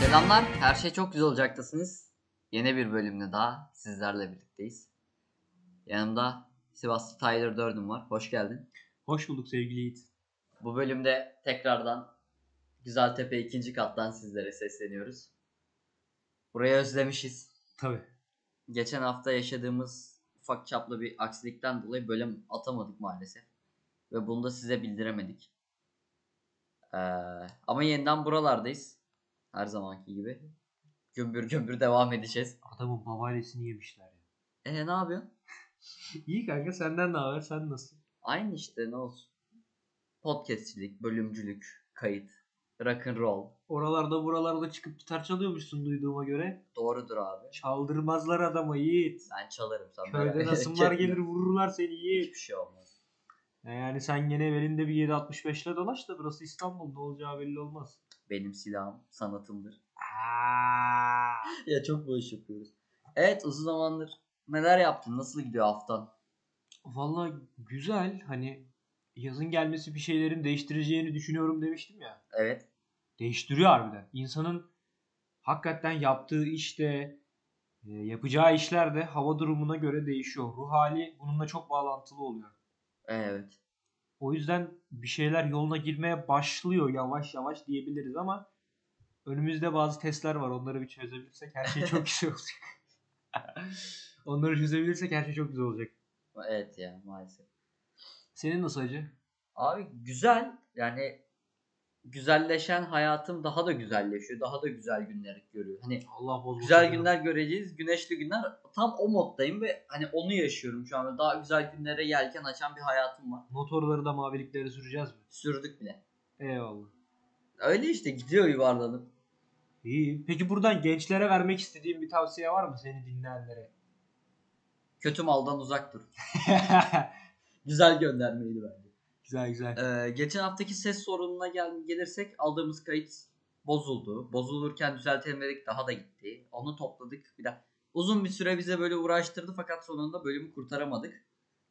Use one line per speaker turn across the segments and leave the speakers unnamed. Selamlar, her şey çok güzel olacaktasınız. Yeni bir bölümde daha sizlerle birlikteyiz. Yanımda Sivaslı Tyler Dördüm var, hoş geldin.
Hoş bulduk sevgili Yiğit.
Bu bölümde tekrardan Güzeltepe ikinci kattan sizlere sesleniyoruz. Burayı özlemişiz.
Tabii.
Geçen hafta yaşadığımız ufak çaplı bir aksilikten dolayı bölüm atamadık maalesef. Ve bunu da size bildiremedik. Ee, ama yeniden buralardayız. Her zamanki gibi. Gümbür gümbür devam edeceğiz.
Adamın babaannesini yemişler ya.
E ne yapıyorsun?
İyi kanka senden ne haber? Sen nasıl?
Aynı işte ne olsun. Podcastçilik, bölümcülük, kayıt, rock and roll.
Oralarda buralarda çıkıp gitar çalıyormuşsun duyduğuma göre.
Doğrudur abi.
Çaldırmazlar adama Yiğit.
Ben çalarım sen. merak
Köyden
etme.
asımlar gelir vururlar seni Yiğit.
Hiçbir şey olmaz.
E Yani sen gene elinde bir 7.65'le dolaş da burası İstanbul ne olacağı belli olmaz.
Benim silahım sanatımdır.
Aa,
ya çok boş yapıyoruz. Evet uzun zamandır neler yaptın? Nasıl gidiyor haftan?
Valla güzel hani yazın gelmesi bir şeylerin değiştireceğini düşünüyorum demiştim ya.
Evet.
değiştiriyor harbiden. İnsanın hakikaten yaptığı işte e, yapacağı işler de hava durumuna göre değişiyor. Ruh hali bununla çok bağlantılı oluyor.
Evet.
O yüzden bir şeyler yoluna girmeye başlıyor yavaş yavaş diyebiliriz ama önümüzde bazı testler var. Onları bir çözebilirsek her şey çok güzel olacak. Onları çözebilirsek her şey çok güzel olacak.
Evet ya maalesef.
Senin nasıl acı?
Abi güzel yani güzelleşen hayatım daha da güzelleşiyor. Daha da güzel günleri görüyor. Hani
Allah bozmasın.
güzel günler göreceğiz. Güneşli günler tam o moddayım ve hani onu yaşıyorum şu anda. Daha güzel günlere yelken açan bir hayatım var.
Motorları da maviliklere süreceğiz mi?
Sürdük bile.
Eyvallah.
Öyle işte gidiyor yuvarlanıp.
İyi. Peki buradan gençlere vermek istediğim bir tavsiye var mı seni dinleyenlere?
Kötü maldan uzak dur. Güzel göndermeydi bence.
güzel güzel.
Ee, geçen haftaki ses sorununa gel- gelirsek aldığımız kayıt bozuldu. Bozulurken düzeltemedik daha da gitti. Onu topladık bir daha. Uzun bir süre bize böyle uğraştırdı fakat sonunda bölümü kurtaramadık.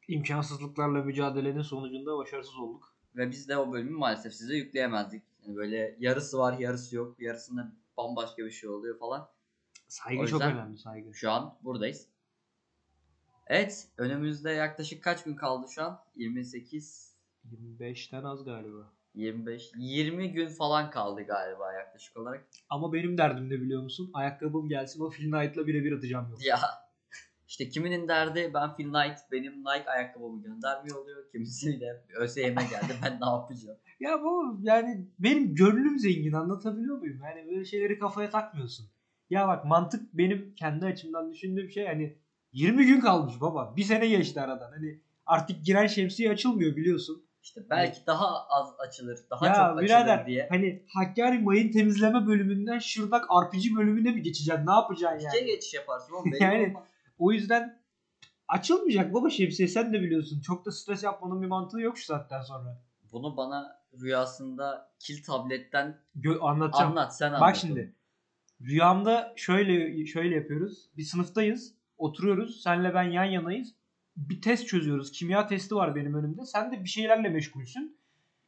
İmkansızlıklarla mücadelenin sonucunda başarısız olduk.
Ve biz de o bölümü maalesef size yükleyemezdik. Yani böyle yarısı var yarısı yok. Yarısında bambaşka bir şey oluyor falan.
Saygı
O
çok
yüzden-
önemli saygı.
Şu an buradayız. Evet önümüzde yaklaşık kaç gün kaldı şu an? 28,
25'ten az galiba.
25, 20 gün falan kaldı galiba yaklaşık olarak.
Ama benim derdim ne biliyor musun? Ayakkabım gelsin o Phil Knight'la birebir atacağım yok.
Ya işte kiminin derdi ben Phil Knight benim Nike ayakkabımı göndermiyor oluyor. Kimisi de ÖSYM geldi ben ne yapacağım.
Ya bu yani benim gönlüm zengin anlatabiliyor muyum? Yani böyle şeyleri kafaya takmıyorsun. Ya bak mantık benim kendi açımdan düşündüğüm şey hani 20 gün kalmış baba. Bir sene geçti aradan. Hani artık giren şemsiye açılmıyor biliyorsun.
İşte belki daha az açılır, daha
Ya
çok açılır
birader,
diye.
Hani Hakkari mayın temizleme bölümünden Şırnak RPG bölümüne mi geçeceksin? Ne yapacaksın
İkiye
yani?
geçiş yaparsın oğlum. Benim
Yani-
olmaz.
O yüzden açılmayacak baba şemsiye sen de biliyorsun. Çok da stres yapmanın bir mantığı yok şu saatten sonra.
Bunu bana rüyasında kil tabletten
Gö- anlatacağım.
anlat sen anlat.
Bak şimdi. Rüyamda şöyle şöyle yapıyoruz. Bir sınıftayız. Oturuyoruz. Senle ben yan yanayız. Bir test çözüyoruz. Kimya testi var benim önümde. Sen de bir şeylerle meşgulsün.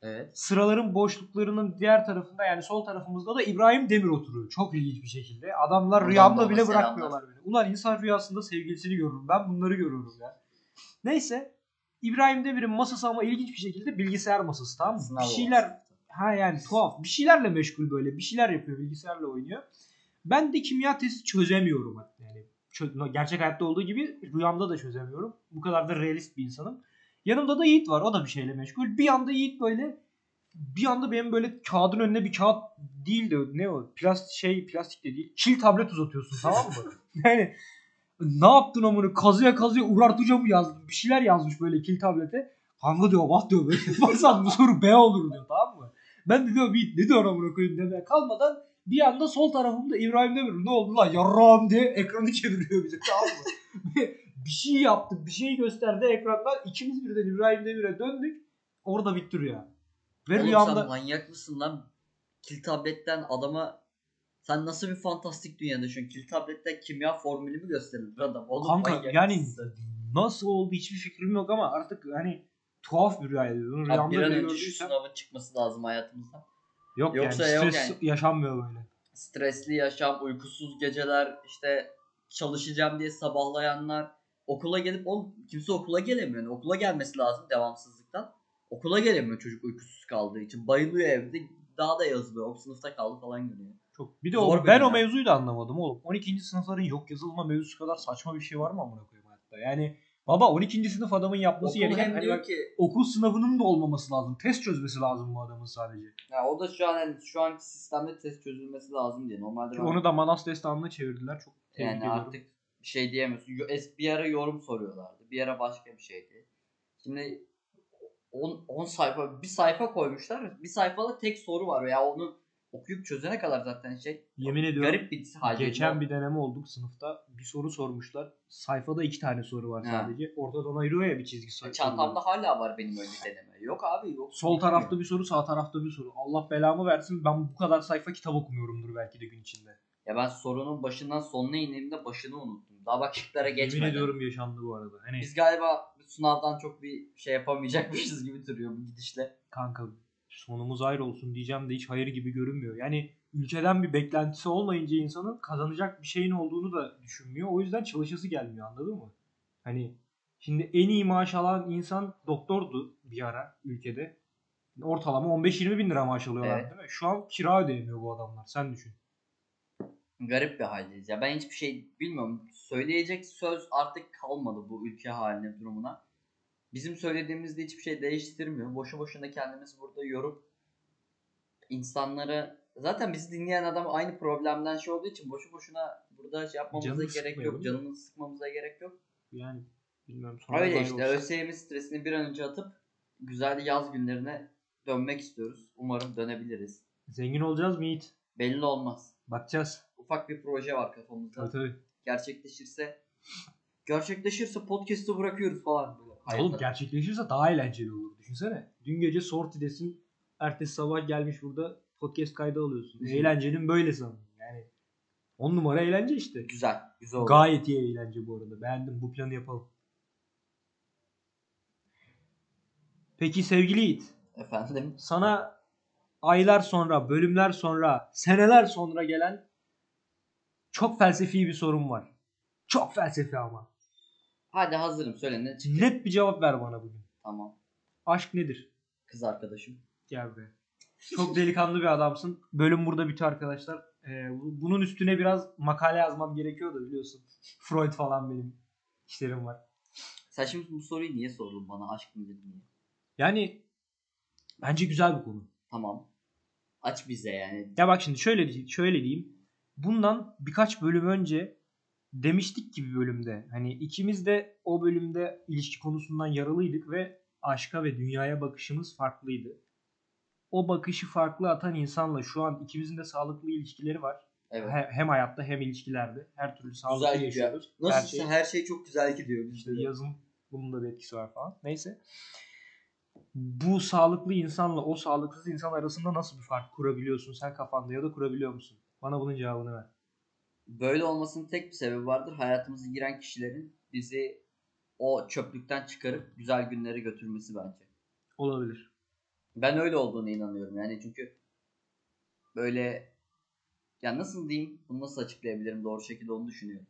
Evet.
sıraların boşluklarının diğer tarafında yani sol tarafımızda da İbrahim Demir oturuyor. Çok ilginç bir şekilde. Adamlar
Buradan
rüyamda
baba
bile
selamlar.
bırakmıyorlar beni. Ulan insan rüyasında sevgilisini görür. Ben bunları görüyorum ya. Neyse İbrahim Demir'in masası ama ilginç bir şekilde bilgisayar masası tamam mı?
Sınav
bir şeyler
olsun.
ha yani tuhaf bir şeylerle meşgul böyle bir şeyler yapıyor bilgisayarla oynuyor. Ben de kimya testi çözemiyorum yani çö- gerçek hayatta olduğu gibi rüyamda da çözemiyorum. Bu kadar da realist bir insanım. Yanımda da Yiğit var. O da bir şeyle meşgul. Bir anda Yiğit böyle bir anda benim böyle kağıdın önüne bir kağıt değil de ne o plastik şey plastik de değil. Çil tablet uzatıyorsun tamam mı? yani ne yaptın amına kazıya kazıya urartuca mı yazdın? Bir şeyler yazmış böyle kil tablete. Kanka diyor bak diyor böyle bazen bu soru B olur diyor tamam mı? Ben de diyorum Yiğit ne diyor amına koyayım demeye kalmadan bir anda sol tarafımda İbrahim Demir ne oldu lan yarrağım diye ekranı çeviriyor bize tamam mı? bir şey yaptı, bir şey gösterdi ekrandan. ikimiz birden İbrahim Demir'e döndük. Orada bitti rüya. Ve
Oğlum sen
rüyamda
manyak mısın lan? Kil tabletten adama sen nasıl bir fantastik dünya yaşıyorsun? Kil tabletten kimya formülü mü gösterilir adam? Oğlum
kanka
manyak
yani
mısın?
nasıl oldu hiçbir fikrim yok ama artık hani tuhaf bir rüyaydı. Bunu Rüyamda
Abi bir
bile
an önce şu
gördüysem-
sınavın çıkması lazım hayatımızda.
Yok
Yoksa
yani
yok
stres
yani.
yaşanmıyor böyle.
stresli yaşam, uykusuz geceler, işte çalışacağım diye sabahlayanlar, okula gelip oğlum kimse okula gelemiyor. Yani okula gelmesi lazım devamsızlıktan. Okula gelemiyor çocuk uykusuz kaldığı için. Bayılıyor evde. Daha da yazılıyor. O sınıfta kaldı falan görüyor.
Çok. Bir de
Zor
o,
bölüm
ben
ya.
o mevzuyu da anlamadım oğlum. 12. sınıfların yok yazılma mevzusu kadar saçma bir şey var mı amına koyayım hayatta? Yani baba 12. sınıf adamın yapması
Okul
gereken
hem
hani
diyor
bak,
ki
okul sınavının da olmaması lazım. Test çözmesi lazım bu adamın sadece.
ya o da şu an hani şu anki sistemde test çözülmesi lazım diye. Normalde
Ki
ben-
Onu da Manas destanına çevirdiler. Çok tebrik
Yani
ediyorum.
artık bir şey diyemiyorsun. Yo- es- Bir ara yorum soruyorlardı. Bir ara başka bir şeydi. Şimdi 10 sayfa bir sayfa koymuşlar. Bir sayfalık tek soru var ya onu okuyup çözene kadar zaten şey
Yemin ediyorum.
garip bir halde.
Geçen bir deneme olduk sınıfta. Bir soru sormuşlar. Sayfada iki tane soru var
Ha. E,
sadece. Ortadan ayırıyor ya bir çizgi soru.
şey çantamda hala var benim öyle deneme. Yok abi yok.
Sol tarafta bir soru, sağ tarafta bir soru. Allah belamı versin. Ben bu kadar sayfa kitap okumuyorumdur belki de gün içinde.
Ya ben sorunun başından sonuna indiğimde başını unuttum. Daha bak şıklara
Yemin
geçmeden.
ediyorum yaşandı bu arada. Hani
Biz galiba sınavdan çok bir şey yapamayacakmışız gibi duruyor bu gidişle.
kanka sonumuz hayır olsun diyeceğim de hiç hayır gibi görünmüyor. Yani ülkeden bir beklentisi olmayınca insanın kazanacak bir şeyin olduğunu da düşünmüyor. O yüzden çalışası gelmiyor anladın mı? Hani şimdi en iyi maaş alan insan doktordu bir ara ülkede. Ortalama 15-20 bin lira maaş alıyorlar
Evet.
değil mi? Şu an kira ödeyemiyor bu adamlar. Sen düşün.
garip bir haldeyiz. Ya ben hiçbir şey bilmiyorum. Söyleyecek söz artık kalmadı bu ülke haline durumuna. Bizim söylediğimizde hiçbir şey değiştirmiyor. Boşu boşuna kendimiz burada yorup insanlara zaten bizi dinleyen adam aynı problemden şey olduğu için boşu boşuna burada şey yapmamıza
Canını
gerek
sıkmayalım.
yok. Canımızı sıkmamıza gerek yok.
Yani bilmiyorum. sonumuz
Öyle
hayır
işte
olsun.
ÖSYM stresini bir an önce atıp güzel yaz günlerine dönmek istiyoruz. Umarım dönebiliriz.
Zengin olacağız mı Yiğit?
Belli olmaz.
Bakacağız.
Ufak bir proje var kafamızda.
Tabii tabii.
gerçekleşirse gerçekleşirse podcast'ı bırakıyoruz falan böyle.
Oğlum gerçekleşirse daha eğlenceli olur. Düşünsene. Dün gece sortidesin. Ertesi sabah gelmiş burada podcast kaydı alıyorsun.
Düşün.
Eğlencenin böylesi ama. Yani on numara eğlence işte.
Güzel, güzel oldu.
Gayet iyi eğlence bu arada. Beğendim. Bu planı yapalım. Peki sevgili Yiğit.
Efendim.
Sana aylar sonra, bölümler sonra, seneler sonra gelen çok felsefi bir sorum var. Çok felsefi ama.
Hadi hazırım söyle ne çık-
Net bir cevap ver bana bugün.
Tamam.
Aşk nedir?
Kız arkadaşım.
Gel be. Çok delikanlı bir adamsın. Bölüm burada bitiyor arkadaşlar. Ee, bu- bunun üstüne biraz makale yazmam gerekiyordu biliyorsun. Freud falan benim işlerim var.
Sen şimdi bu soruyu niye sordun bana aşk mı dedin diye.
Yani bence güzel bir konu.
Tamam. Aç bize yani.
Ya bak şimdi şöyle şöyle diyeyim. Bundan birkaç bölüm önce demiştik ki bir bölümde hani ikimiz de o bölümde ilişki konusundan yaralıydık ve aşka ve dünyaya bakışımız farklıydı. O bakışı farklı atan insanla şu an ikimizin de sağlıklı ilişkileri var.
Evet.
He- hem hayatta hem ilişkilerde her türlü sağlıklı
Güzel gidiyor.
yaşıyoruz.
Nasıl
her şey,
her şey çok güzel gidiyor
işte
bizde.
yazın bunun da bir etkisi var falan. Neyse. Bu sağlıklı insanla o sağlıksız insan arasında nasıl bir fark kurabiliyorsun sen kafanda ya da kurabiliyor musun? Bana bunun cevabını ver.
Böyle olmasının tek bir sebebi vardır. Hayatımıza giren kişilerin bizi o çöplükten çıkarıp güzel günlere götürmesi bence.
Olabilir.
Ben öyle olduğuna inanıyorum yani çünkü böyle ya nasıl diyeyim bunu nasıl açıklayabilirim doğru şekilde onu düşünüyorum.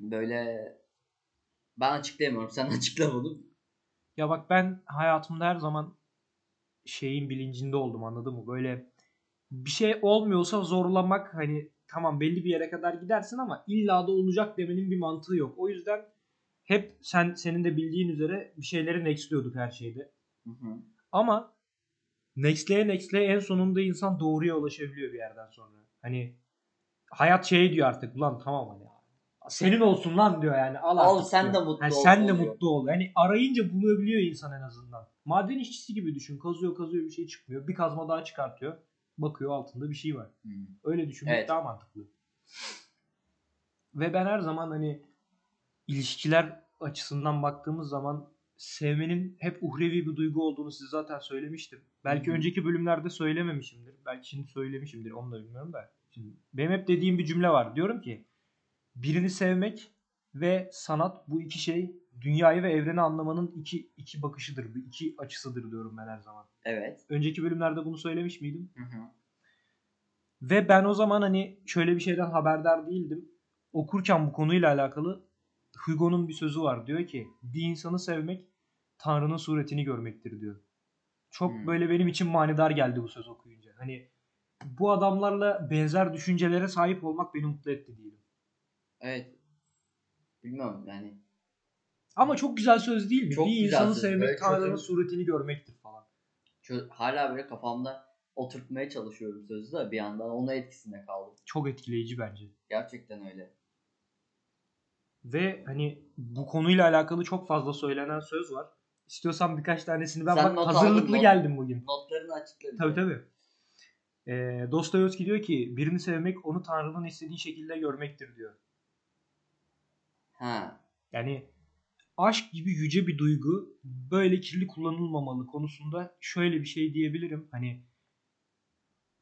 Böyle ben açıklayamıyorum sen açıkla bunu.
Ya bak ben hayatımda her zaman şeyin bilincinde oldum anladın mı? Böyle bir şey olmuyorsa zorlamak hani tamam belli bir yere kadar gidersin ama illa da olacak demenin bir mantığı yok. O yüzden hep sen senin de bildiğin üzere bir şeyleri nextliyorduk her şeyde.
Hı hı.
Ama nextleye nextleye en sonunda insan doğruya ulaşabiliyor bir yerden sonra. Hani hayat şey diyor artık ulan tamam hani senin olsun lan diyor yani al
Al,
artık
sen
diyor.
de mutlu
Yani
ol
sen de
oluyor.
mutlu ol. Yani arayınca bulabiliyor insan en azından. Maden işçisi gibi düşün. Kazıyor kazıyor bir şey çıkmıyor. Bir kazma daha çıkartıyor. Bakıyor altında bir şey var.
Hı.
Öyle düşünmek
Evet.
daha mantıklı. Ve ben her zaman hani ilişkiler açısından baktığımız zaman sevmenin hep uhrevi bir duygu olduğunu size zaten söylemiştim. Belki
Hı hı.
önceki bölümlerde söylememişimdir. Belki şimdi söylemişimdir. Onu da bilmiyorum da. Şimdi benim hep dediğim bir cümle var. Diyorum ki birini sevmek ve sanat bu iki şey dünyayı ve evreni anlamanın iki iki bakışıdır. Bu iki açısıdır diyorum ben her zaman.
Evet.
Önceki bölümlerde bunu söylemiş miydim?
Hı hı.
Ve ben o zaman hani şöyle bir şeyden haberdar değildim. Okurken bu konuyla alakalı Hugo'nun bir sözü var. Diyor ki bir insanı sevmek Tanrı'nın suretini görmektir diyor. Çok
Hmm.
böyle benim için manidar geldi bu söz okuyunca. Hani bu adamlarla benzer düşüncelere sahip olmak beni mutlu etti diyelim.
Evet. Bilmiyorum yani.
Ama çok güzel söz değil mi?
Hmm. Çok
bir
güzel
insanı
söz.
sevmek
Böyle
Tanrı'nın
kötü-
suretini görmektir falan.
Şu- hala böyle kafamda oturtmaya çalışıyorum sözü de bir yandan ona etkisinde kaldım.
Çok etkileyici bence.
Gerçekten öyle.
Ve hani bu konuyla alakalı çok fazla söylenen söz var. İstiyorsan birkaç tanesini ben
Sen
bak
not aldın
hazırlıklı
mı?
geldim bugün.
Notlarını açıkladım.
Tabii tabii. Ee, Dostoyevski diyor ki birini sevmek onu Tanrı'nın istediği şekilde görmektir diyor.
Ha.
Yani aşk gibi yüce bir duygu böyle kirli kullanılmamalı konusunda şöyle bir şey diyebilirim. Hani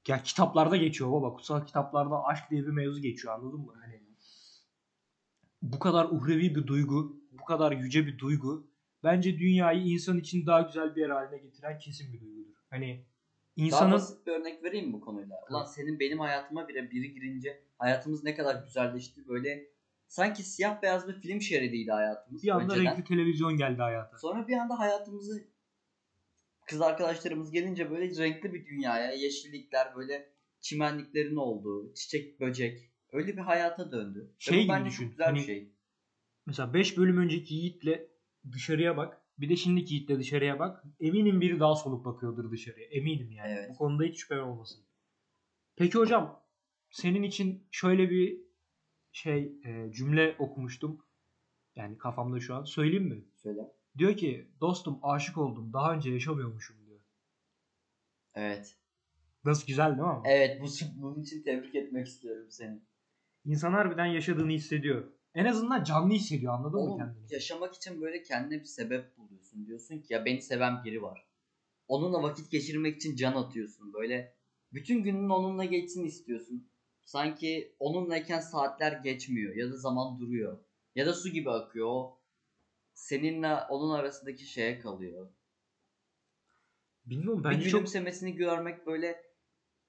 ya kitaplarda geçiyor baba kutsal kitaplarda aşk diye bir mevzu geçiyor anladın mı? Hani bu kadar uhrevi bir duygu, bu kadar yüce bir duygu bence dünyayı insan için daha güzel bir yer haline getiren kesin bir duygudur. Hani
Daha
insanın
basit bir örnek vereyim mi bu konuyla? Ulan senin benim hayatıma bile biri girince hayatımız ne kadar güzelleşti böyle. Sanki siyah beyaz bir film şeridiydi hayatımız.
bir anda
önceden.
renkli televizyon geldi hayata.
Sonra bir anda hayatımızı kız arkadaşlarımız gelince böyle renkli bir dünyaya, yeşillikler böyle çimenliklerin olduğu, çiçek, böcek öyle bir hayata döndü.
Şey
Ve bu
gibi
bence
düşün,
Çok güzel
hani-
bir şey.
Mesela 5 bölüm önceki Yiğit'le dışarıya bak. Bir de şimdiki Yiğit'le dışarıya bak. Eminim biri daha soluk bakıyordur dışarıya. Eminim yani.
Evet.
Bu konuda hiç şüphem olmasın. Peki hocam senin için şöyle bir şey e, cümle okumuştum. Yani kafamda şu an. Söyleyeyim mi?
Söyle.
Diyor ki dostum aşık oldum. Daha önce yaşamıyormuşum diyor.
Evet.
Nasıl güzel değil mi? ama?
Evet bu bunun için tebrik etmek istiyorum seni.
İnsan harbiden yaşadığını hissediyor. En azından canlı hissediyor anladın mı
Oğlum
kendini?
yaşamak için böyle kendine bir sebep buluyorsun. Diyorsun ki ya beni seven biri var. Onunla vakit geçirmek için can atıyorsun. Böyle bütün günün onunla geçsin istiyorsun. Sanki onunlayken saatler geçmiyor ya da zaman duruyor. Ya da su gibi akıyor. O seninle onun arasındaki şeye kalıyor.
Bilmiyorum
Bence
bence
bir
çok
gülümsemesini görmek böyle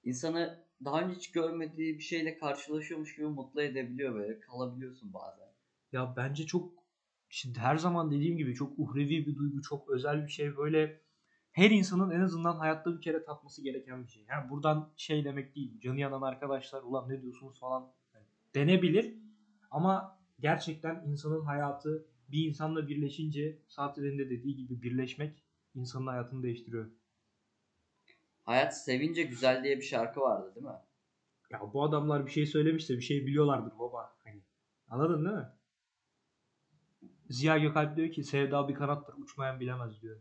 insanı daha önce hiç görmediği bir şeyle karşılaşıyormuş gibi mutlu edebiliyor böyle. Kalabiliyorsun bazen.
Ya bence çok şimdi her zaman dediğim gibi çok uhrevi bir duygu, çok özel bir şey böyle her insanın en azından hayatta bir kere tatması gereken bir şey. Yani buradan şey demek değil. Canı yanan arkadaşlar ulan ne diyorsunuz falan denebilir. Ama gerçekten insanın hayatı bir insanla birleşince Sartre'nin de dediği gibi birleşmek insanın hayatını değiştiriyor.
Hayat sevince güzel diye bir şarkı vardı değil mi?
Ya bu adamlar bir şey söylemişse bir şey biliyorlardır baba. Hani anladın değil mi? Ziya Gökalp diyor ki sevda bir kanattır uçmayan bilemez diyor.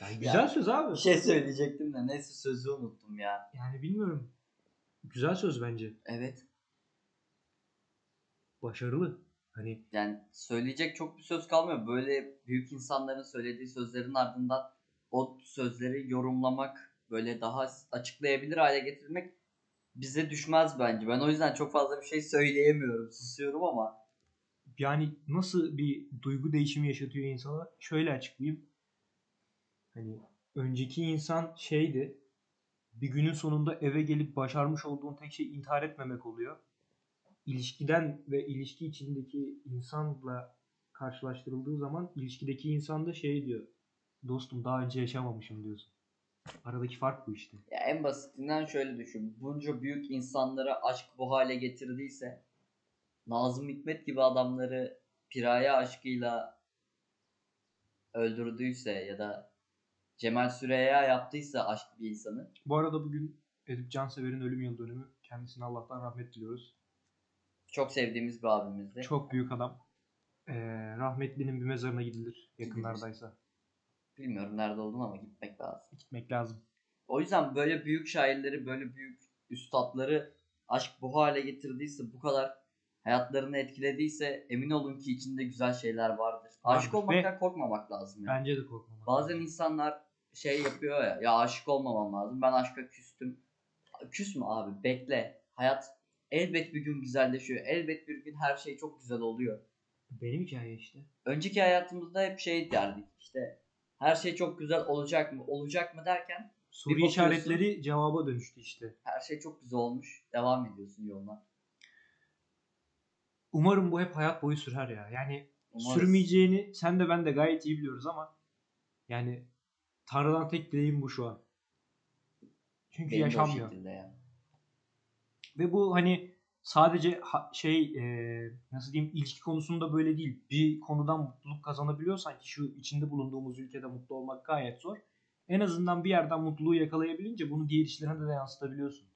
Yani güzel
Ya,
söz abi.
Bir şey söyleyecektim de neyse sözü unuttum ya.
Yani bilmiyorum. Güzel söz bence.
Evet.
Başarılı. Hani
Yani söyleyecek çok bir söz kalmıyor. Böyle büyük insanların söylediği sözlerin ardından o sözleri yorumlamak, böyle daha açıklayabilir hale getirmek bize düşmez bence. Ben o yüzden çok fazla bir şey söyleyemiyorum. Susuyorum ama
yani nasıl bir duygu değişimi yaşatıyor insana şöyle açıklayayım. Hani önceki insan şeydi. Bir günün sonunda eve gelip başarmış olduğun tek şey intihar etmemek oluyor. İlişkiden ve ilişki içindeki insanla karşılaştırıldığı zaman ilişkideki insan da şey diyor. Dostum daha önce yaşamamışım diyorsun. Aradaki fark bu işte.
ya en basitinden şöyle düşün. Bunca büyük insanlara aşk bu hale getirdiyse Nazım Hikmet gibi adamları piraya aşkıyla öldürdüyse ya da Cemal Süreya yaptıysa aşk bir insanı
Bu arada bugün Edip Cansever'in ölüm yıl dönümü. Kendisine Allah'tan rahmet diliyoruz.
çok sevdiğimiz bir abimizdi.
Çok büyük adam. Ee, rahmetlinin bir mezarına gidilir yakınlardaysa.
Bilmiyorum nerede olduğunu ama gitmek lazım.
Gitmek lazım.
O yüzden böyle büyük şairleri, böyle büyük üstadları aşk bu hale getirdiyse, bu kadar hayatlarını etkilediyse emin olun ki içinde güzel şeyler vardır. Aşık
Vardır.
olmaktan korkmamak lazım. Yani.
Bence de korkmamak.
Bazen insanlar şey yapıyor ya, ya aşık olmamam lazım. Ben aşka küstüm. Küsme abi, bekle. Hayat elbet bir gün güzelleşiyor. Elbet bir gün her şey çok güzel oluyor.
Benim hikaye işte.
Önceki hayatımızda hep şey derdik işte her şey çok güzel olacak mı olacak mı derken
Soru
Bir bakıyorsun.
işaretleri cevaba dönüştü işte.
Her şey çok güzel olmuş. Devam ediyorsun yoluna.
Umarım bu hep hayat boyu sürer ya. Yani
Umarız.
sürmeyeceğini sen de ben de gayet iyi biliyoruz ama yani Tanrı'dan tek dileğim bu şu an. Çünkü
Benim de o
yaşanmıyor.
şekilde yani.
Ve bu hani sadece ha- şey e, nasıl diyeyim ilişki konusunda böyle değil. Bir konudan mutluluk kazanabiliyorsan ki şu içinde bulunduğumuz ülkede mutlu olmak gayet zor. En azından bir yerden mutluluğu yakalayabilince bunu diğer işlerine de yansıtabiliyorsun.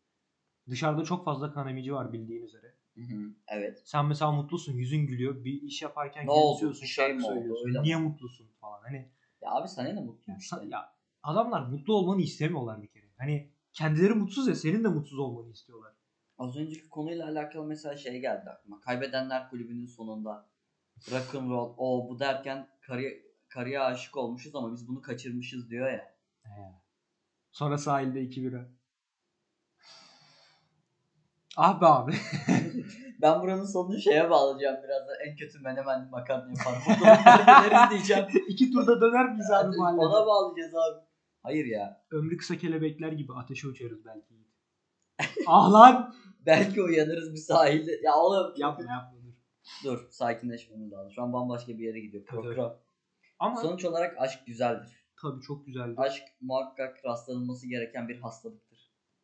Dışarıda çok fazla kan emici var bildiğin üzere.
Hı hı, Evet.
Sen mesela mutlusun, yüzün gülüyor. Bir iş yaparken
Ne oldu,
gülümsüyorsun,
bir şey
şarkı
mi oldu,
söylüyorsun.
öyle mi?
Niye mutlusun falan. Hani
Ya abi sana ne mutlu
ya,
işte.
sa- ya adamlar mutlu olmanı istemiyorlar bir kere. Hani kendileri mutsuz ya senin de mutsuz olmanı istiyorlar.
Az önceki konuyla alakalı mesela şey geldi aklıma. Kaybedenler kulübünün sonunda rock and roll o bu derken karı karıya aşık olmuşuz ama biz bunu kaçırmışız diyor ya.
Sonra sahilde 2 bira. Ah be abi.
Ben buranın sonunu şeye bağlayacağım biraz da en kötü menemenli makarna yapar. Fotoğrafları veririz diyeceğim.
İki turda döner miyiz abi mahallede?
Ona bağlayacağız abi. Hayır ya.
Ömrü kısa kelebekler gibi ateşe uçarız belki. ah lan.
Belki uyanırız bir sahilde. Ya oğlum
Yapma yapma. dur.
dur sakinleşmemiz lazım. Şu an bambaşka bir yere gidiyor
Tabii.
program.
Ama
Sonuç olarak aşk güzeldir.
tabii çok güzeldi.
Aşk muhakkak rastlanılması gereken bir hastalıktır.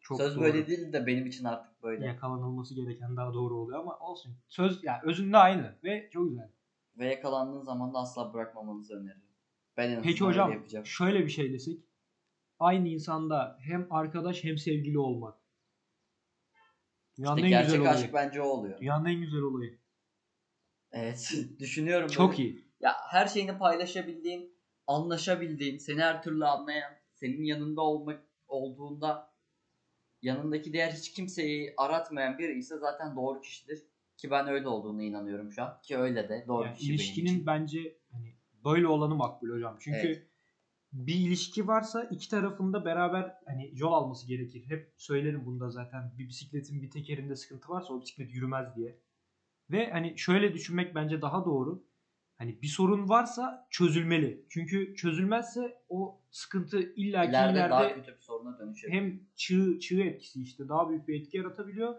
Çok
Söz
doğru.
böyle değil de benim için artık böyle.
Yakalanılması gereken daha doğru oluyor ama olsun. Söz ya özünde aynı ve çok güzel.
Ve yakalandığın zaman da asla bırakmamanızı öneririm. Ben en azından
Peki
öyle
hocam
yapacağım.
şöyle bir şey desek. Aynı insanda hem arkadaş hem sevgili olmak. Dünyanın
İşte
en
gerçek
güzel olayı.
aşk bence o oluyor.
Dünyanın en güzel olayı.
Evet düşünüyorum.
Çok
böyle.
iyi.
Ya her şeyini paylaşabildiğin, anlaşabildiğin, seni her türlü anlayan, senin yanında olmak olduğunda yanındaki diğer hiç kimseyi aratmayan biri ise zaten doğru kişidir. Ki ben öyle olduğuna inanıyorum şu an. Ki öyle de doğru
Yani
kişi benim
ilişkinin
için.
bence hani böyle olanı makbul hocam. Çünkü
Evet.
bir ilişki varsa iki tarafında beraber hani yol alması gerekir. Hep söylerim bunda zaten. Bir bisikletin bir tekerinde sıkıntı varsa o bisiklet yürümez diye. Ve hani şöyle düşünmek bence daha doğru. Hani bir sorun varsa çözülmeli. Çünkü çözülmezse o sıkıntı illaki
İleride
ileride
daha kötü bir soruna dönüşebilir.
hem çığ, çığ etkisi işte daha büyük bir etki yaratabiliyor.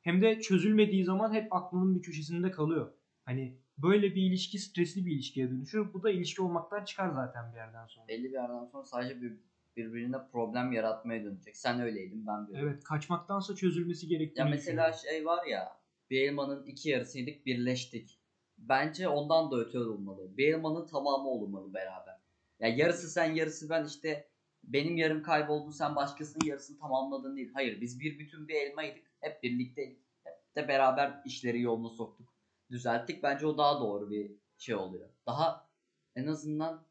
Hem de çözülmediği zaman hep aklının bir köşesinde kalıyor. Hani böyle bir ilişki stresli bir ilişkiye dönüşür. Bu da ilişki olmaktan çıkar zaten bir yerden sonra.
belli bir yerden sonra sadece bir, birbirine problem yaratmaya dönecek. Sen öyleydin ben böyle.
Evet kaçmaktansa çözülmesi gerektiğini
Ya mesela
düşünüyorum.
şey var ya bir elmanın iki yarısıydık birleştik. Bence ondan da öte olmalı. Bir elmanın tamamı olmalı beraber. Ya yarısı sen yarısı ben işte benim yarım kayboldu sen başkasının yarısını tamamladın değil. Hayır biz bir bütün bir elmaydık. Hep birlikteydik. Hep de beraber işleri yoluna soktuk. Düzelttik. Bence o daha doğru bir şey oluyor. Daha en azından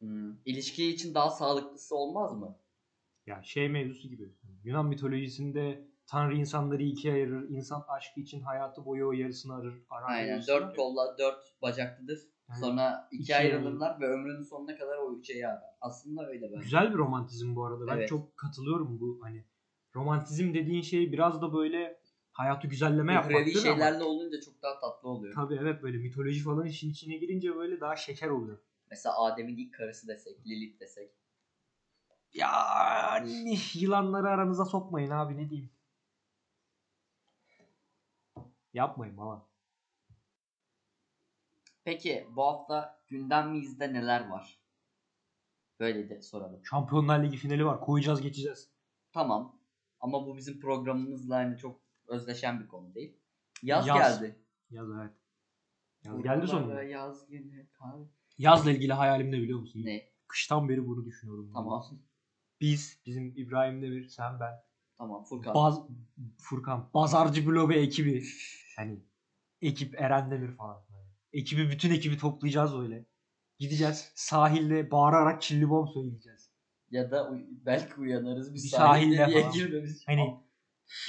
hmm, ilişki için daha sağlıklısı olmaz mı?
Ya şey mevzusu gibi. Yunan mitolojisinde Tanrı insanları ikiye ayırır. İnsan aşkı için hayatı boyu o yarısını arar. arar
Aynen.
yarısını
Dört
arar.
kolla dört bacaklıdır.
Yani
Sonra
ikiye
ikiye
ayrılırlar
ayrılırlar ve ömrünün sonuna kadar o üçeyi arar. Aslında öyle bence.
Güzel bir romantizm bu arada. Ben
Evet.
çok katılıyorum bu hani romantizm dediğin şey biraz da böyle hayatı güzelleme yapmak
Uhrevi
değil mi ama?
şeylerle olunca çok daha tatlı oluyor.
Tabii evet böyle mitoloji falan işin içine girince böyle daha şeker oluyor.
Mesela Adem'in ilk karısı desek, Lilith desek.
Yani yılanları aranıza sokmayın abi ne diyeyim. Yapmayın baba.
Peki bu hafta gündem miyizde neler var? Böyle de soralım.
Şampiyonlar Ligi finali var. Koyacağız geçeceğiz.
Tamam. Ama bu bizim programımızla hani çok özdeşen bir konu değil. Yaz,
Yaz.
geldi.
Yaz evet. Yaz geldi sonunda.
Buralara Yaz günü kar-
Yazla ilgili hayalim ne biliyor musun?
Ne?
Kıştan beri bunu düşünüyorum.
Tamam.
Biz, bizim İbrahim Demir, sen ben,
Tamam Furkan.
Baz, Furkan Bazarcı Blobe ekibi. Hani ekip Eren Demir falan. Ekibi bütün ekibi toplayacağız öyle. Gideceğiz sahilde bağırarak killi bom söyleyeceğiz.
ya da uy- belki uyanarız bir,
Bir
sahilde,
sahilde
diye
falan.
girmemiz.
Hani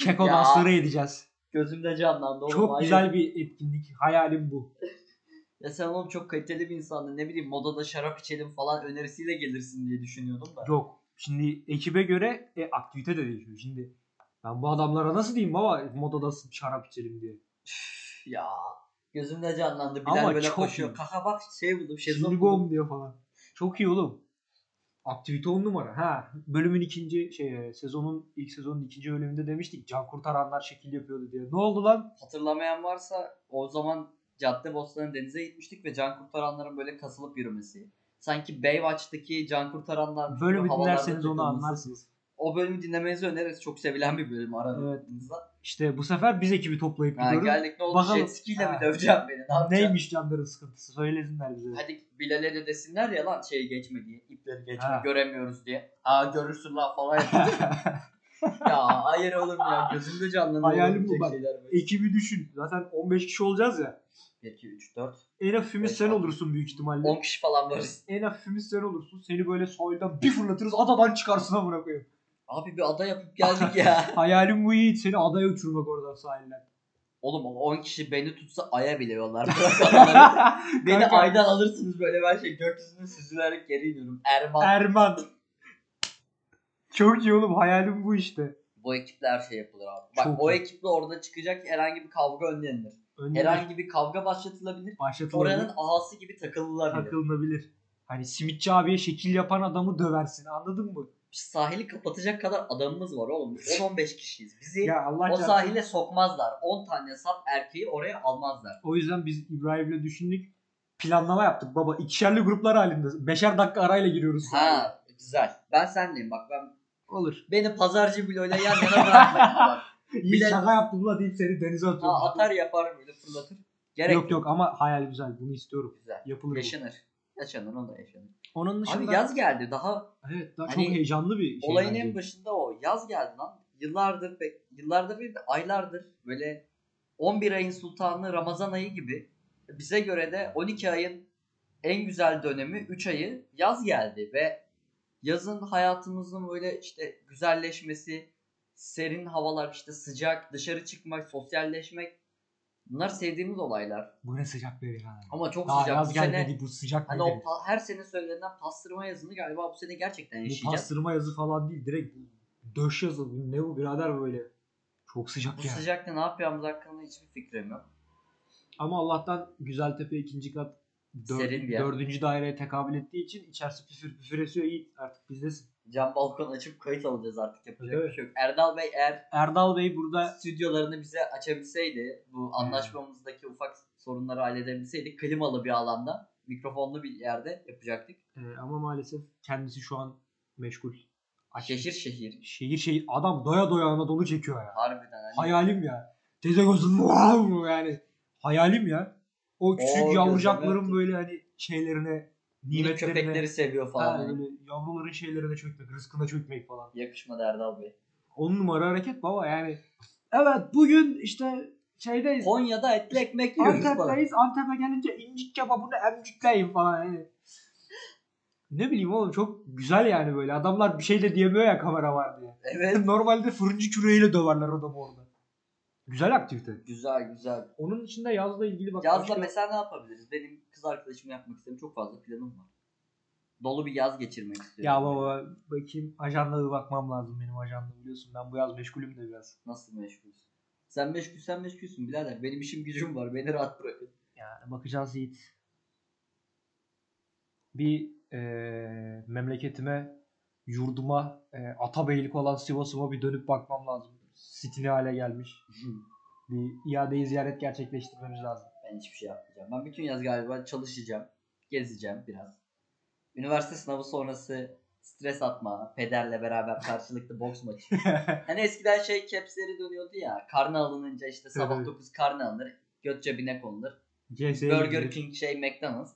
keko
Ya.
dansları edeceğiz.
Gözümde canlandı. oğlum,
Çok
hayır.
güzel bir etkinlik. Hayalim bu.
Ya sen oğlum çok kaliteli bir insandın. Ne bileyim modada şarap içelim falan önerisiyle gelirsin diye düşünüyordum da.
Yok. Şimdi ekibe göre e, aktivite de değişiyor. Şimdi ben bu adamlara nasıl diyeyim baba modada şarap içelim diye.
Üf ya. Gözümde canlandı. Bilal
Ama
böyle
çok
koşuyor.
iyi.
Kaka bak şey buldum. Şezlong
Killi
buldum.
bom diyor falan. Çok iyi oğlum. Aktivite 10 numara. Ha, bölümün ikinci şey e, sezonun ilk sezonun ikinci bölümünde demiştik can kurtaranlar şekil yapıyordu diye. Ne oldu lan?
Hatırlamayan varsa o zaman Caddebostan'ın denize gitmiştik ve can kurtaranların böyle kasılıp yürümesi. Sanki Baywatch'taki can kurtaranlar
Bölümü
gibi havalarda
dinlerseniz onu
takılması.
anlarsınız.
O bölümü dinlemenizi öneririz. Çok sevilen bir bölüm
Evet.
aranızda.
İşte bu sefer biz ekibi toplayıp
Ha,
gidiyoruz.
geldik ne oldu
Bakalım.
jet skiyle mi
Ha.
döveceğim beni? Ne yapacağım?
Neymiş canların sıkıntısı söylesinler bize.
Hadi Bilal'e de desinler ya lan şey geçme diye. ipleri geçme
Ha.
göremiyoruz diye. Aa görürsün lan falan. yapacak. ya hayır oğlum ya gözümde canlanıyor.
Hayalim bu
olabilecek
bak.
şeyler böyle.
Ekibi düşün. Zaten 15 kişi olacağız ya.
1, 2, 3, 4.
En hafifimiz
Beş,
sen
altı.
olursun büyük ihtimalle.
10 kişi falan varız.
En hafifimiz sen olursun. Seni böyle soydan bir fırlatırız adadan çıkarsın amına koyayım.
Abi bir ada yapıp geldik ya.
Hayalim bu Yiğit. Seni adaya uçurmak oradan sahilden.
Oğlum o 10 kişi beni tutsa aya bile yollar. Bırak adamları. beni
Kanka,
aydan alırsınız böyle ben şey gökyüzüne süzülerek geri iniyorum. Erman.
Erman. Çok iyi oğlum. Hayalim bu işte.
bu ekiple her şey yapılır abi. Bak
Çok
o
iyi.
ekiple orada çıkacak herhangi bir kavga önlenir.
Önce
Herhangi bir kavga başlatılabilir.
başlatılabilir.
Oranın ahası gibi takılırlar bile.
Takılınabilir. Hani simitçi abiye şekil yapan adamı döversin. Anladın mı?
Sahili kapatacak kadar adamımız var oğlum. 10-15 kişiyiz. Bizi
Ya Allah
o
çarpsın.
sahile sokmazlar. 10 tane sap erkeği oraya almazlar.
O yüzden biz İbrahim'le düşündük. Planlama yaptık baba. İkişerli gruplar halinde. Beşer dakika arayla giriyoruz. sahaya.
Ha güzel. Ben senleyim bak ben
Olur.
beni pazarcı bloğuyla yan yana bırakmayın. bak.
İyi
Bile-
şaka yaptım la deyip seni denize atıyorum.
Ha, atar yapar böyle fırlatır. Gerek
yok yok ama hayal güzel. Bunu istiyorum.
Güzel.
Yapılır bu.
Yaşanır. Yaşanır o da yaşanır.
Onun dışında
Abi yaz geldi daha
evet, daha
Hani
çok heyecanlı bir şey.
Olayın
bence.
en başında o. Yaz geldi lan. Yıllardır, be, yıllardır değil de aylardır böyle 11 ayın sultanı Ramazan ayı gibi bize göre de 12 ayın en güzel dönemi 3 ayı yaz geldi ve yazın hayatımızın böyle işte güzelleşmesi, serin havalar işte sıcak, dışarı çıkmak, sosyalleşmek bunlar sevdiğimiz olaylar.
Bu ne sıcak bir ha.
Ama çok
Daha
sıcak
yaz
bu sene.
gelmedi bu sıcak
Hani
hani
o pa- her sene söylenen pastırma yazını galiba bu sene gerçekten
Bu
yaşayacağız.
pastırma yazı falan değil. Direkt döş yazı. Bu Ne bu birader böyle. Çok sıcak
Bu
ya.
sıcakta ne yapacağımız hakkında hiçbir fikrim yok.
Ama Allah'tan Güzeltepe ikinci kat dör-
Serin bir yer.
dördüncü daireye tekabül ettiği için içerisi püfür püfür esiyor. Yiğit artık bizdesin.
Cam balkon açıp kayıt alacağız artık yapacak
Evet.
bir şey yok. Erdal Bey eğer
Erdal Bey burada
stüdyolarını bize açabilseydi bu anlaşmamızdaki ufak sorunları halledebilseydik klimalı bir alanda mikrofonlu bir yerde yapacaktık.
e, ama maalesef kendisi şu an meşgul. Açlık.
Şehir şehir.
şehir şehir adam doya doya Anadolu çekiyor ya.
Harbiden hani.
Hayalim ya. Teze gözüm wow yani. Hayalim ya. O küçük
O
yavrucakların
gözleme-
böyle hani şeylerine,
minik
nimetlerine.
köpekleri seviyor falan.
Ha,
hani.
böyle yavruların şeylerine çökmek, rızkına çökmek falan.
Yakışmadı Erdal Bey.
On numara hareket baba yani. Evet bugün işte şeydeyiz.
Konya'da etli ekmek yiyoruz falan.
Antep'teyiz. Antep'e gelince incik kebabını emcikleyin falan. Yani. Ne bileyim oğlum çok güzel yani böyle. Adamlar bir şey de diyemiyor ya kamera var diye.
Evet.
Normalde fırıncı küreğiyle döverler adamı orada. Güzel aktivite.
Güzel güzel.
Onun dışında yazla ilgili bak.
Yazla
başka-
mesela ne yapabiliriz? Benim kız arkadaşımla yapmak istediğim çok fazla planım var. Dolu bir yaz geçirmek istiyorum.
Ya baba bakayım ajanda bir bakmam lazım benim ajanda biliyorsun. Ben bu yaz meşgulüm de biraz.
Nasıl meşgulsün? Sen meşgul sen meşgulsün birader. Benim işim gücüm var. Beni rahat bırakın.
Yani bakacağız Yiğit. Bir eee, memleketime, yurduma, eee Atabeylik olan Sivas'ıma bir dönüp bakmam lazım. Stili hale gelmiş. Bir iadeyi ziyaret gerçekleştirmemiz lazım.
ben hiçbir şey yapmayacağım. Ben bütün yaz galiba çalışacağım. Gezeceğim biraz. Üniversite sınavı sonrası stres atma, pederle beraber karşılıklı boks maçı. Hani eskiden şey kepsleri dönüyordu ya. Karne alınınca işte sabah
Evet.
9 karne alınır. Göt cebine konulur.
CS'ye
Burger
gidilir.
King şey McDonald's.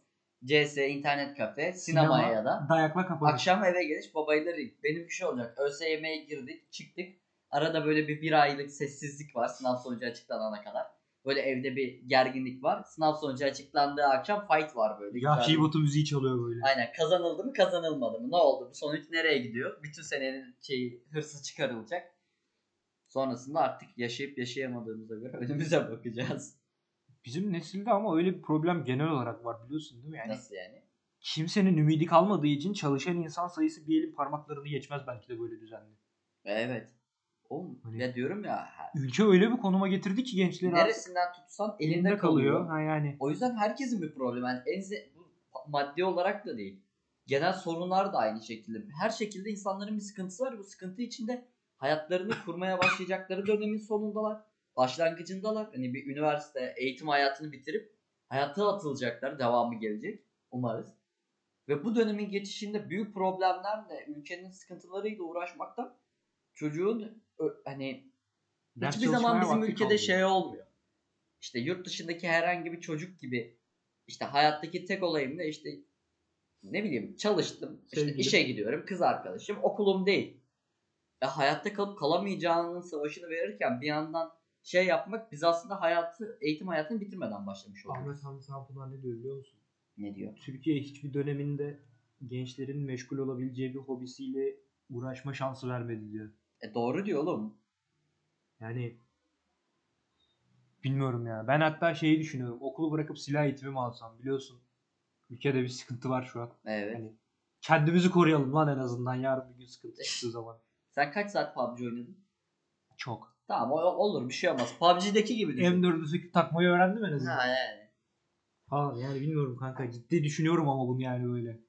CS internet kafe,
Sinema,
sinemaya ya da
e, Dayakla kapanır.
Akşam eve geliş babayla ring. Benim şey olacak. ÖSYM'ye girdik, çıktık. Arada böyle bir bir aylık sessizlik var sınav sonucu açıklanana kadar. Böyle evde bir gerginlik var. Sınav sonucu açıklandığı akşam fight var böyle.
Ya
Güzel bir-
Batu müziği çalıyor böyle.
Aynen kazanıldı mı kazanılmadı mı? Ne oldu? Bu sonuç nereye gidiyor? Bütün senenin şeyi hırsı çıkarılacak. Sonrasında artık yaşayıp yaşayamadığımıza göre önümüze bakacağız.
Bizim nesilde ama öyle bir problem genel olarak var biliyorsun değil mi? Yani
Nasıl yani?
kimsenin ümidi kalmadığı için çalışan insan sayısı bir elin parmaklarını geçmez belki de böyle düzenli.
Evet. Oğlum
Hani-
ya diyorum ya. ha-
Ülke öyle bir konuma getirdi ki gençleri artık
Neresinden tutsan elinde kalıyor.
Ha yani
O yüzden herkesin bir problemi. Yani en ze- bu maddi olarak da değil. genel sorunlar da aynı şekilde. Her şekilde insanların bir sıkıntısı var. Bu sıkıntı içinde hayatlarını kurmaya başlayacakları dönemin sonundalar. Başlangıcındalar. Hani bir üniversite eğitim hayatını bitirip hayata atılacaklar. Devamı gelecek umarız. Ve bu dönemin geçişinde büyük problemlerle, ülkenin sıkıntılarıyla uğraşmaktan çocuğun ö- hani
Ders
hiçbir zaman
çalışmaya
bizim
vakti
ülkede
kalmıyor.
şey olmuyor. İşte yurt dışındaki herhangi bir çocuk gibi işte hayattaki tek olayım ne işte ne bileyim çalıştım, işte
Sevgili.
işe gidiyorum, kız arkadaşım, okulum değil. Ve hayatta kalıp kalamayacağının savaşını verirken bir yandan şey yapmak biz aslında hayatı, eğitim hayatını bitirmeden başlamış oluyoruz.
Ahmet Hamdi Tanpınar ne diyor biliyor musun?
Ne diyor?
Türkiye hiçbir döneminde gençlerin meşgul olabileceği bir hobisiyle uğraşma şansı vermedi diyor.
E doğru diyor oğlum.
Yani bilmiyorum ya. Ben hatta şeyi düşünüyorum. Okulu bırakıp silah eğitimi mi alsam biliyorsun. Ülkede bir sıkıntı var şu an.
Evet.
Hani kendimizi koruyalım lan en azından yarın bir gün sıkıntı çıktığı zaman.
Sen kaç saat PUBG oynadın?
Çok.
Tamam o- olur bir şey olmaz. PUBG'deki gibi düşün.
M4'ü takmayı öğrendim en azından.
Ha, yani.
Falan yani bilmiyorum kanka. Ciddi düşünüyorum ama bunu yani böyle.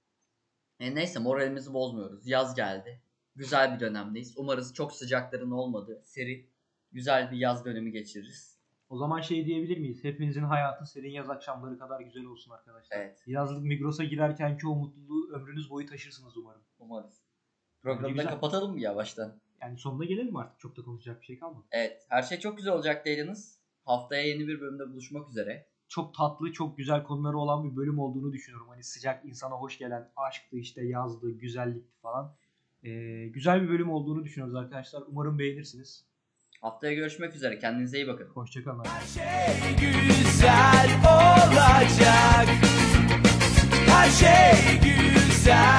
E, neyse moralimizi bozmuyoruz. Yaz geldi. Güzel bir dönemdeyiz. Umarız çok sıcakların olmadığı seri güzel bir yaz dönemi geçiririz.
O zaman şey diyebilir miyiz? Hepinizin hayatı serin yaz akşamları kadar güzel olsun arkadaşlar.
Evet.
Yazlık Migros'a girerkenki o mutluluğu ömrünüz boyu taşırsınız umarım.
Umarız. Programı da
Güzel.
kapatalım mı yavaştan?
Yani sonuna gelelim artık. Çok da konuşacak bir şey kalmadı.
Evet. Her şey çok güzel olacak dediniz. Haftaya yeni bir bölümde buluşmak üzere.
çok tatlı, çok güzel konuları olan bir bölüm olduğunu düşünüyorum. Hani sıcak, insana hoş gelen aşktı, işte yazdı, güzellikti falan. Ee, güzel bir bölüm olduğunu düşünüyoruz arkadaşlar. Umarım beğenirsiniz.
Haftaya görüşmek üzere. Kendinize iyi bakın.
Hoşçakalın.
şey güzel olacak. Her şey güzel. şey